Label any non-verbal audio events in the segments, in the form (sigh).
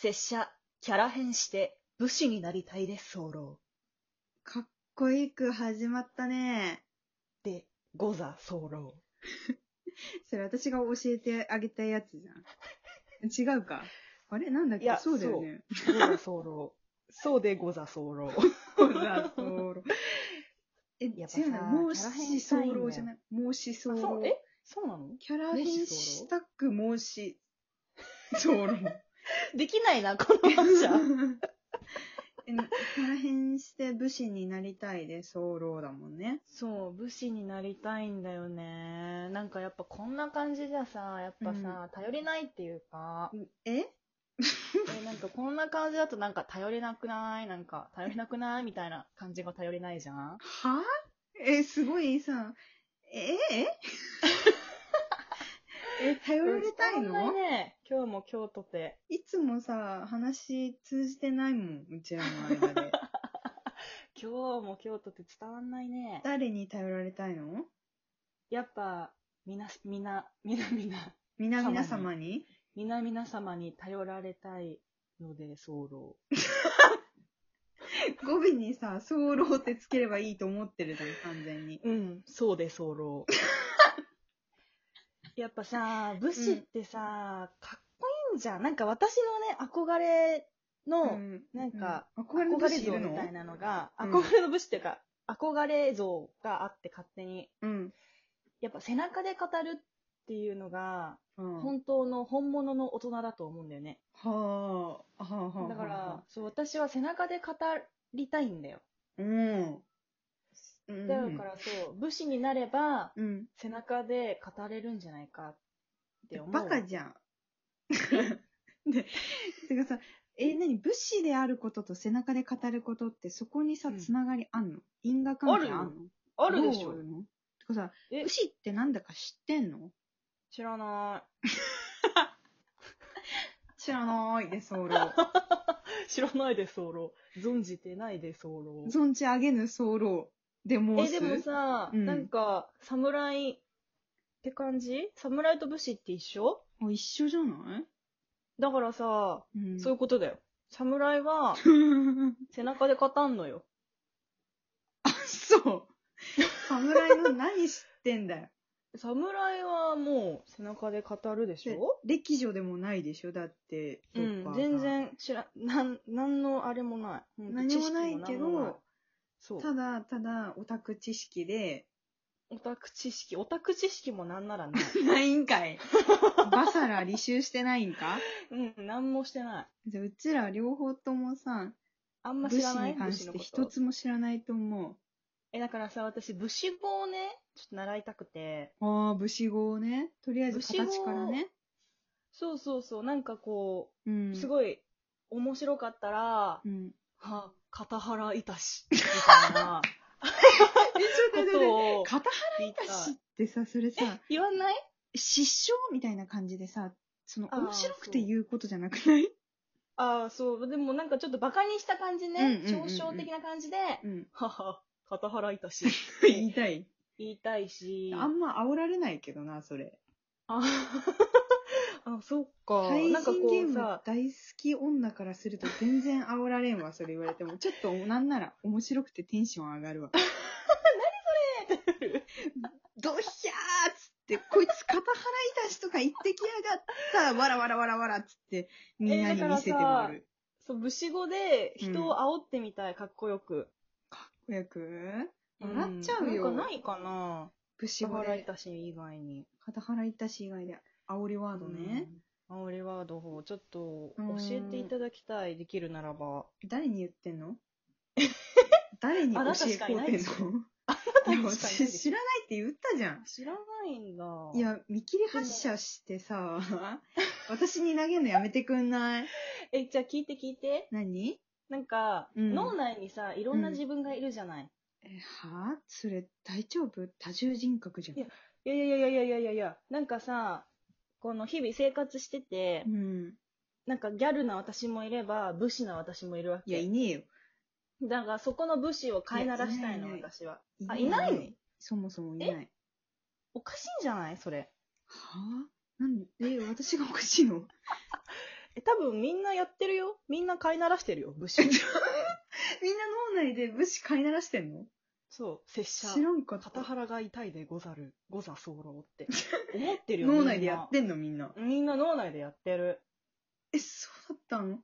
拙者、キャラ変して武士になりたいです候かっこよく始まったね。で、ござ候それ私が教えてあげたやつじゃん。違うか。あれなんだっいけやそうだよね。ござ候 (laughs) そうでござ候そう (laughs) だ、そうろ。え、違やっぱさうな。もうキャラし変したいんだよそうろうじゃない。もうしそうろそうう、。えそうなのキャラ変したくもうし、そうろう。 (laughs) できないな、このえ (laughs) 話は。キャラ変して武士になりたいで、そうろうだもんね。 (laughs) そう、武士になりたいんだよね。なんかやっぱこんな感じじゃさ、やっぱさ、頼りないっていうか、ええなんかこんな感じだとなんか頼れなくないなんか頼れなくないみたいな感じが頼れないじゃんはえ、すごいさ、え (laughs) ええ、頼られたい伝わんなのいね、今日も今日とて。いつもさ、話通じてないもん、うちらの間 (laughs) で。今日も今日とて伝わんないね。誰に頼られたいのやっぱ、みな、みな、みなみな、みな皆様様にみなみな様に頼られたいので、候語尾にさ、候ってつければいいと思ってるじゃん、完全に。うん、そうで候 (laughs) やっぱさ、武士ってさ、かっこいいんじゃん。なんか私のね、憧れの、んなんか、うん憧れの憧武れ士い像るみのたいなのが、うん憧れの武士っていうか、憧れ像があって勝手に、うん。やっぱ背中で語るっていうのが、うん本当の本物の大人だと思うんだよね。はあ、はあ、はあ。だかはら、そう、私は背中で語りたいんだよ。あ、うん。うんだからそう、武士になれば、うん。背中で語れるんじゃないかって思う。バカじゃん。 (laughs) で、てかさ、え、何武士であることと背中で語ることってそこにさ、うんつながりあんの因果関係あんのあるでしどうょあるのてかさ、え武士ってなんだか知ってんの知らな知らないで、ソロ。い。 (laughs) 知らないで候存じてないで候 (laughs) 存じ上げぬソロで申え、です。もさ、うんなんか、侍って感じ侍と武士って一緒もう一緒じゃないだからさ、うんそういうことだよ。侍は背中で語んのよ。あ、 (laughs) そう。侍の何知ってんだよ。侍はもう背中で語るでしでょ歴女でもないでしょだって。うロッパん、ーが全。然知ら、なん、なんのあれもない。ほんと何もない知識け何もないど、そう。ただただオタク知識で、オタク知識、オタク知識もなんなら (laughs) ない。ないんかい。バサラ履修してないんか (laughs) (laughs) うん、なんもしてない。じゃあうちら両方ともさ、あんま武知士らないに関武士しのてこ一と。つも知らないと思え、だからさ、私、武士語をね、ちょっと習いたくて。う。ああ、武士語をね。とりあえず武士語形からね。そうそうそう、なんかこうん。う、すい。ごい面白かったら、 (laughs) うん。は、片原いたし、みたいな (laughs) え、ちょっこと待って待って。とを片言いたい、原氏ってさ、それさ、言わない失笑みたいな感じでさ、そのあー面白くて言うことじゃなく (laughs) ないああ、そう、でもなんかちょっとバカにした感じねうん、うんうんうん嘲笑的な感じで、うん。はは、片原いた (laughs) し、言いたい。言いたいし、あんま煽られないけどな、それ。あ (laughs) あ、そっか。対なんかこ人ゲーうムさ、大好き女からすると全然煽られんわ、それ言われて (laughs) も。ちょっとなんなら面白くてテンション上 (laughs) がるわ。ドヒャーっつって、こいつ肩払い出しとか言ってきやがった、わらわらわらわらっつって、みんなに見せてえだから回さる。そう、武士語で人を煽ってみたい、かっこよく。子役笑っちゃうなよ。んかないかな武士片語原いで、たし以外に。肩払い出し以外で、煽りワードね。うん。煽りワードをちょっとうん教えていただきたい、できるならば。誰に言ってん (laughs) の誰に教えあなたしかいこなういてんでのしょ (laughs) いやあなたしかいないでしょ私知らないって言ったじゃん。知らないんだ。い、や、見切り発車してさ、私に投げるのやめてくんないえ、じゃあ聞いて聞いて。何なんか、うん脳内にさ、いろんな自分がいるじゃない。え、はぁそれ大丈夫多重人格じゃんい。やいやいやいやいやいやいや、なんかさ、この日々生活しててう、ん。なんかギャルな私もいれば、武士な私もいるわいや、け。いねえよ。だからそこの武士を飼いならしたいの、いやいないいな私は。あ、いないのそもそもいない。おかしいんじゃないそれ。はぁなんで、え私がおかしいのえ、多多分みんなやってるよ。みんな飼いならしてるよ、武 (laughs) 士。みんな脳内で武士飼いならしてんのそう、拙者知。らんかった片。腹が痛いでござる、ござ候って (laughs) 思ってるよ脳内でやってんのみんな。みんなみんな脳内でやってる。え、そうだったの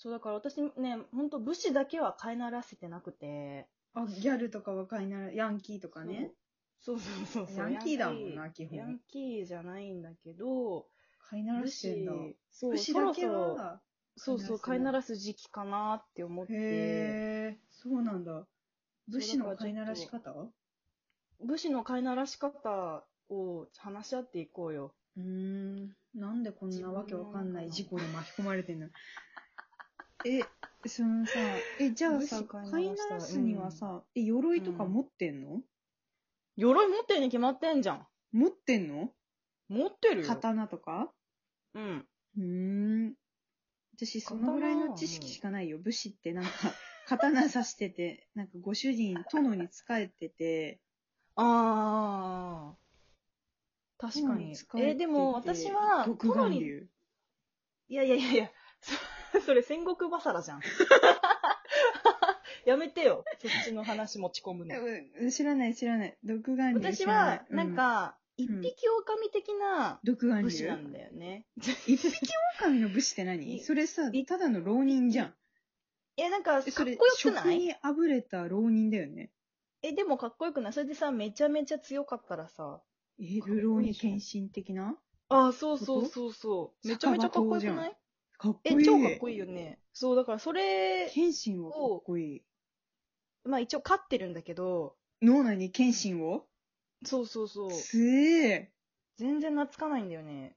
そうだから私ね、ほんと武士だけは飼いならせてなくて。あ、ギャルとか若いなら、ヤンキーとかね。そう。そうそうそうそう。ヤンキーだもんな基本ヤンキーじゃないんだけど、飼いならしてんだ。武士そう、武士だけそろそろは。そうそう、飼いならす時期かなって思って、へえ、そうなんだ。武士の飼いならし方武士の飼いならし方を話し合っていこうよ。うーん。なんでこんなわけわかんない事故で巻き込まれてんの (laughs) え、そのさ、え、じゃあさ、武士飼いならした飼いならすにはさ、え、鎧とか持ってんの鎧持ってるに決まってんじゃん。持ってんの持ってるよ。刀とかうん。うーん。私、そのぐらいの知識しかないよ。武士ってなんか、刀刺して (laughs) て、なんかご主人、殿に仕えてて、ああ。確か殿に仕え。ててえ、でも私は、独殿眼に、い竜。やいやいやいや、 (laughs) そそれ戦国バサラじゃ (laughs) ん。やめてよ。そっちの話持ち込むの。うん知らない知らない。独眼竜。私は、知らないん、か、一うん匹狼的なうん独眼武士竜なんだよね。 (laughs) 一匹狼の武士って何いそれさ、ただの浪人じゃん。え、なんか、かえっこそれ、よく食ないにあぶれた浪人だよね。え、でもかっこよくないそれでさ、めちゃめちゃ強かったらさ。え、かっこいい流浪に献身的なああ、そうそうそうそううめちゃめちゃかっこよく酒場な刀いかっこいえ、い。超かっこいい。いいよね。そう、だからそれ、献身はかっこいい。まあ一応飼ってるんだけど、脳内に献身をそうそうそう。す (laughs) え。全然懐かないんだよね。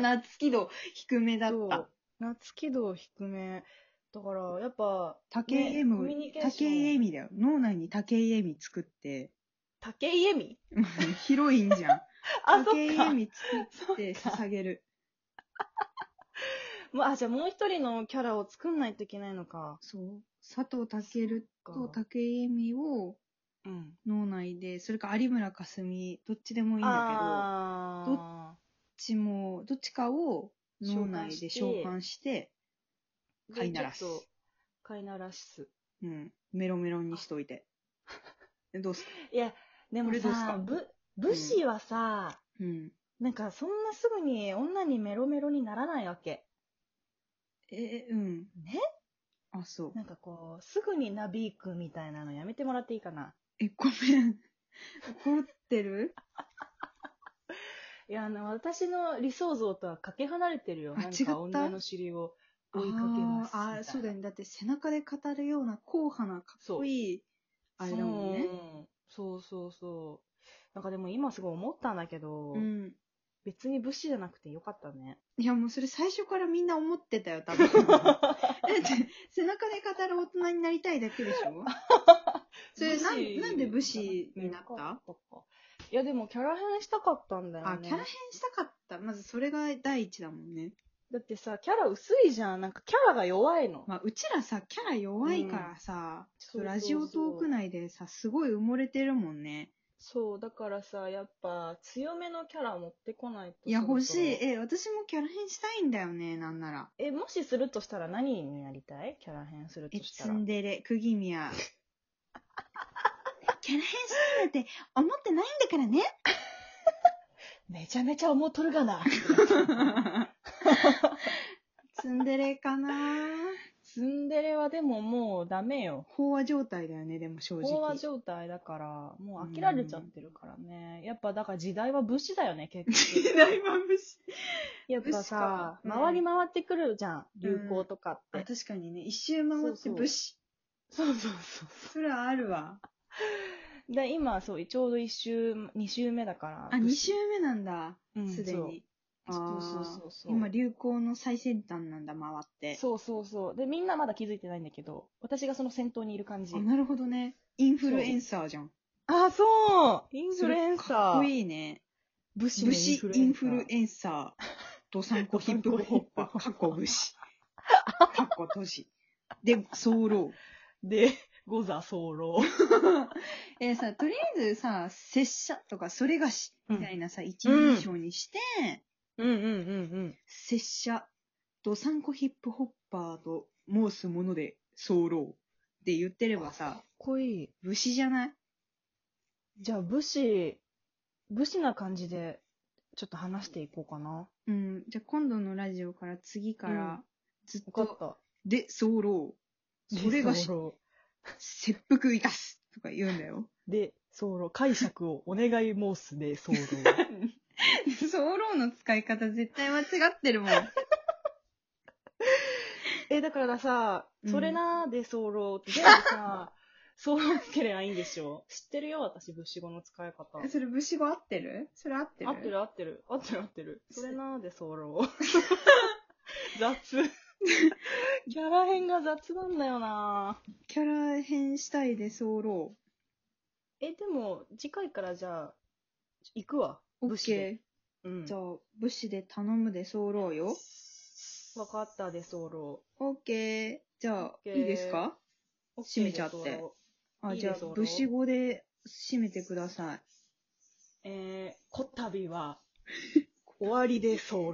夏気度低めだそったう。。夏気度低め。だから、やっぱ、竹井絵ねコミュ美ニケ、ーション竹井絵美だよ。脳内に竹井絵美作って、 (laughs) (laughs) 竹井絵美ヒロインじゃん。あ、そ竹井っか絵。美作って捧げる。まあ、じゃあもう一人のキャラを作んないといけないのか。そう。佐藤健そっかと竹井絵美をうん。脳内で、それか有村架純、どっちでもいいんだあどあけど、どっちも、どっちかを脳内で召喚して、ー。飼いならすじゃあちょっと飼いならす。うん、メロメロにしと (laughs) いて。えどうすかいや、でもこれどうっすさか、ぶ武士はさ、うん。なんかそんなすぐに女にメロメロにならないわけ。え、うん。ねあ、そう。なんかこう、すぐになびくみたいなのやめてもらっていいかな。え、ごめん。怒ってるいや、あの、私の理想像とはかけ離れてるよ。あなん違ったか女の尻を (laughs) 追いかけますみたいあな。ーあー、そうだよね。だって背中で語るような硬派なかっこいい、あれだもんね。そうそうそうそう。なんかでも今すごい思ったんだけど、うん。別に武士じゃなくてよかった (laughs) ね。いやもうそれ最初からみんな思ってたよ、 (laughs) 多分。だって (laughs) 背中で語る大人になりたいだけでしょそれな (laughs) 武士んなんで武士になっよかたたかいやでもキャラ変したかったんだよね。あ、キャラ変したかった。まずそれが第一だもんね。だってさ、キャラ薄いじゃん。なんかキャラが弱いの。まあ、うちらさ、キャラ弱いからさ、ちょっとラジそオうトそうそうーク内でさ、すごい埋もれてるもんね。そう、だからさ、やっぱ強めのキャラ持ってこないと。いや、そろ欲そしろい。え、私もキャラ変したいんだよね、なんなら。え、もしするとしたら何になりたいキャラ変するえ、としたツら。ンデレ、クギミア。 (laughs) キャラ変したいなんて思ってないんだからね。めちゃめちゃ思うとるがな。ツンデレかな (laughs) ツンデレはでももうダメよ。飽和状態だよね、でも正直。飽和状態だから、もう飽きられちゃってるからね。やっぱだから時代は武士だよね、結時局。代は無視。やっぱ武士かさ、うん回り回ってくるじゃん、流行とかって。確かにね、一周回って武士。そうそうそう。それはあるわ。で、今、そう、ちょうど一周、二周目だから。あ、二周目なんだ。うんすでに。そうそうあーそうそう。今、流行の最先端なんだ、回って。そうそうそう。で、みんなまだ気づいてないんだけど、私がその先頭にいる感じあ、。なるほどね。インフルエンサーじゃん。あ、そうインそれかっこいいね。武士武士インフルンエンサー。ドサンコヒップホッパー。かっこ武士。かっこ都市。で、ソーロ (laughs) で、ゴザ候。ー。えーさ、とりあえずさ、拙者とか、それがし、みたいなさ、一人称にして、うんうんうんうん。拙者、ドサンコヒップホッパーと申すもので候って言ってればかさっ、こいい。武士じゃないじゃあ、武士、武士な感じで、ちょっと話していこうかな。うん。じゃあ今度のラジオから次から、うずっよかっと、た。で候それがでし候切腹生かすとか言うんだ (laughs) よ。で、ソロ、解釈をお願い申す (laughs) で、ソロ。候の使い方絶対間違ってるもん。え、だからさ、うんそれなーで、ソロって全部 (laughs) さ、ソロつけりゃいいんでしょ知ってるよ、私、武士語の使い方。 (laughs) それ武士語合ってるそれ合ってる合ってる合ってる。合ってる合ってる。それなーで、ソ (laughs) ロ。雑。キャラ編が雑なんだよなキャラ変したいで候。え、でも、次回からじゃあ、行くわ。オ武ッ士でケうんー。じゃあ、武士で頼むで候よ。わかったで、ソロ。オッケー。じゃあ、オッケーいいですか閉めちゃってオッケーで候あ、いいじゃですあ、俺武士語で締めてください。えー、こたびは、終わりで候。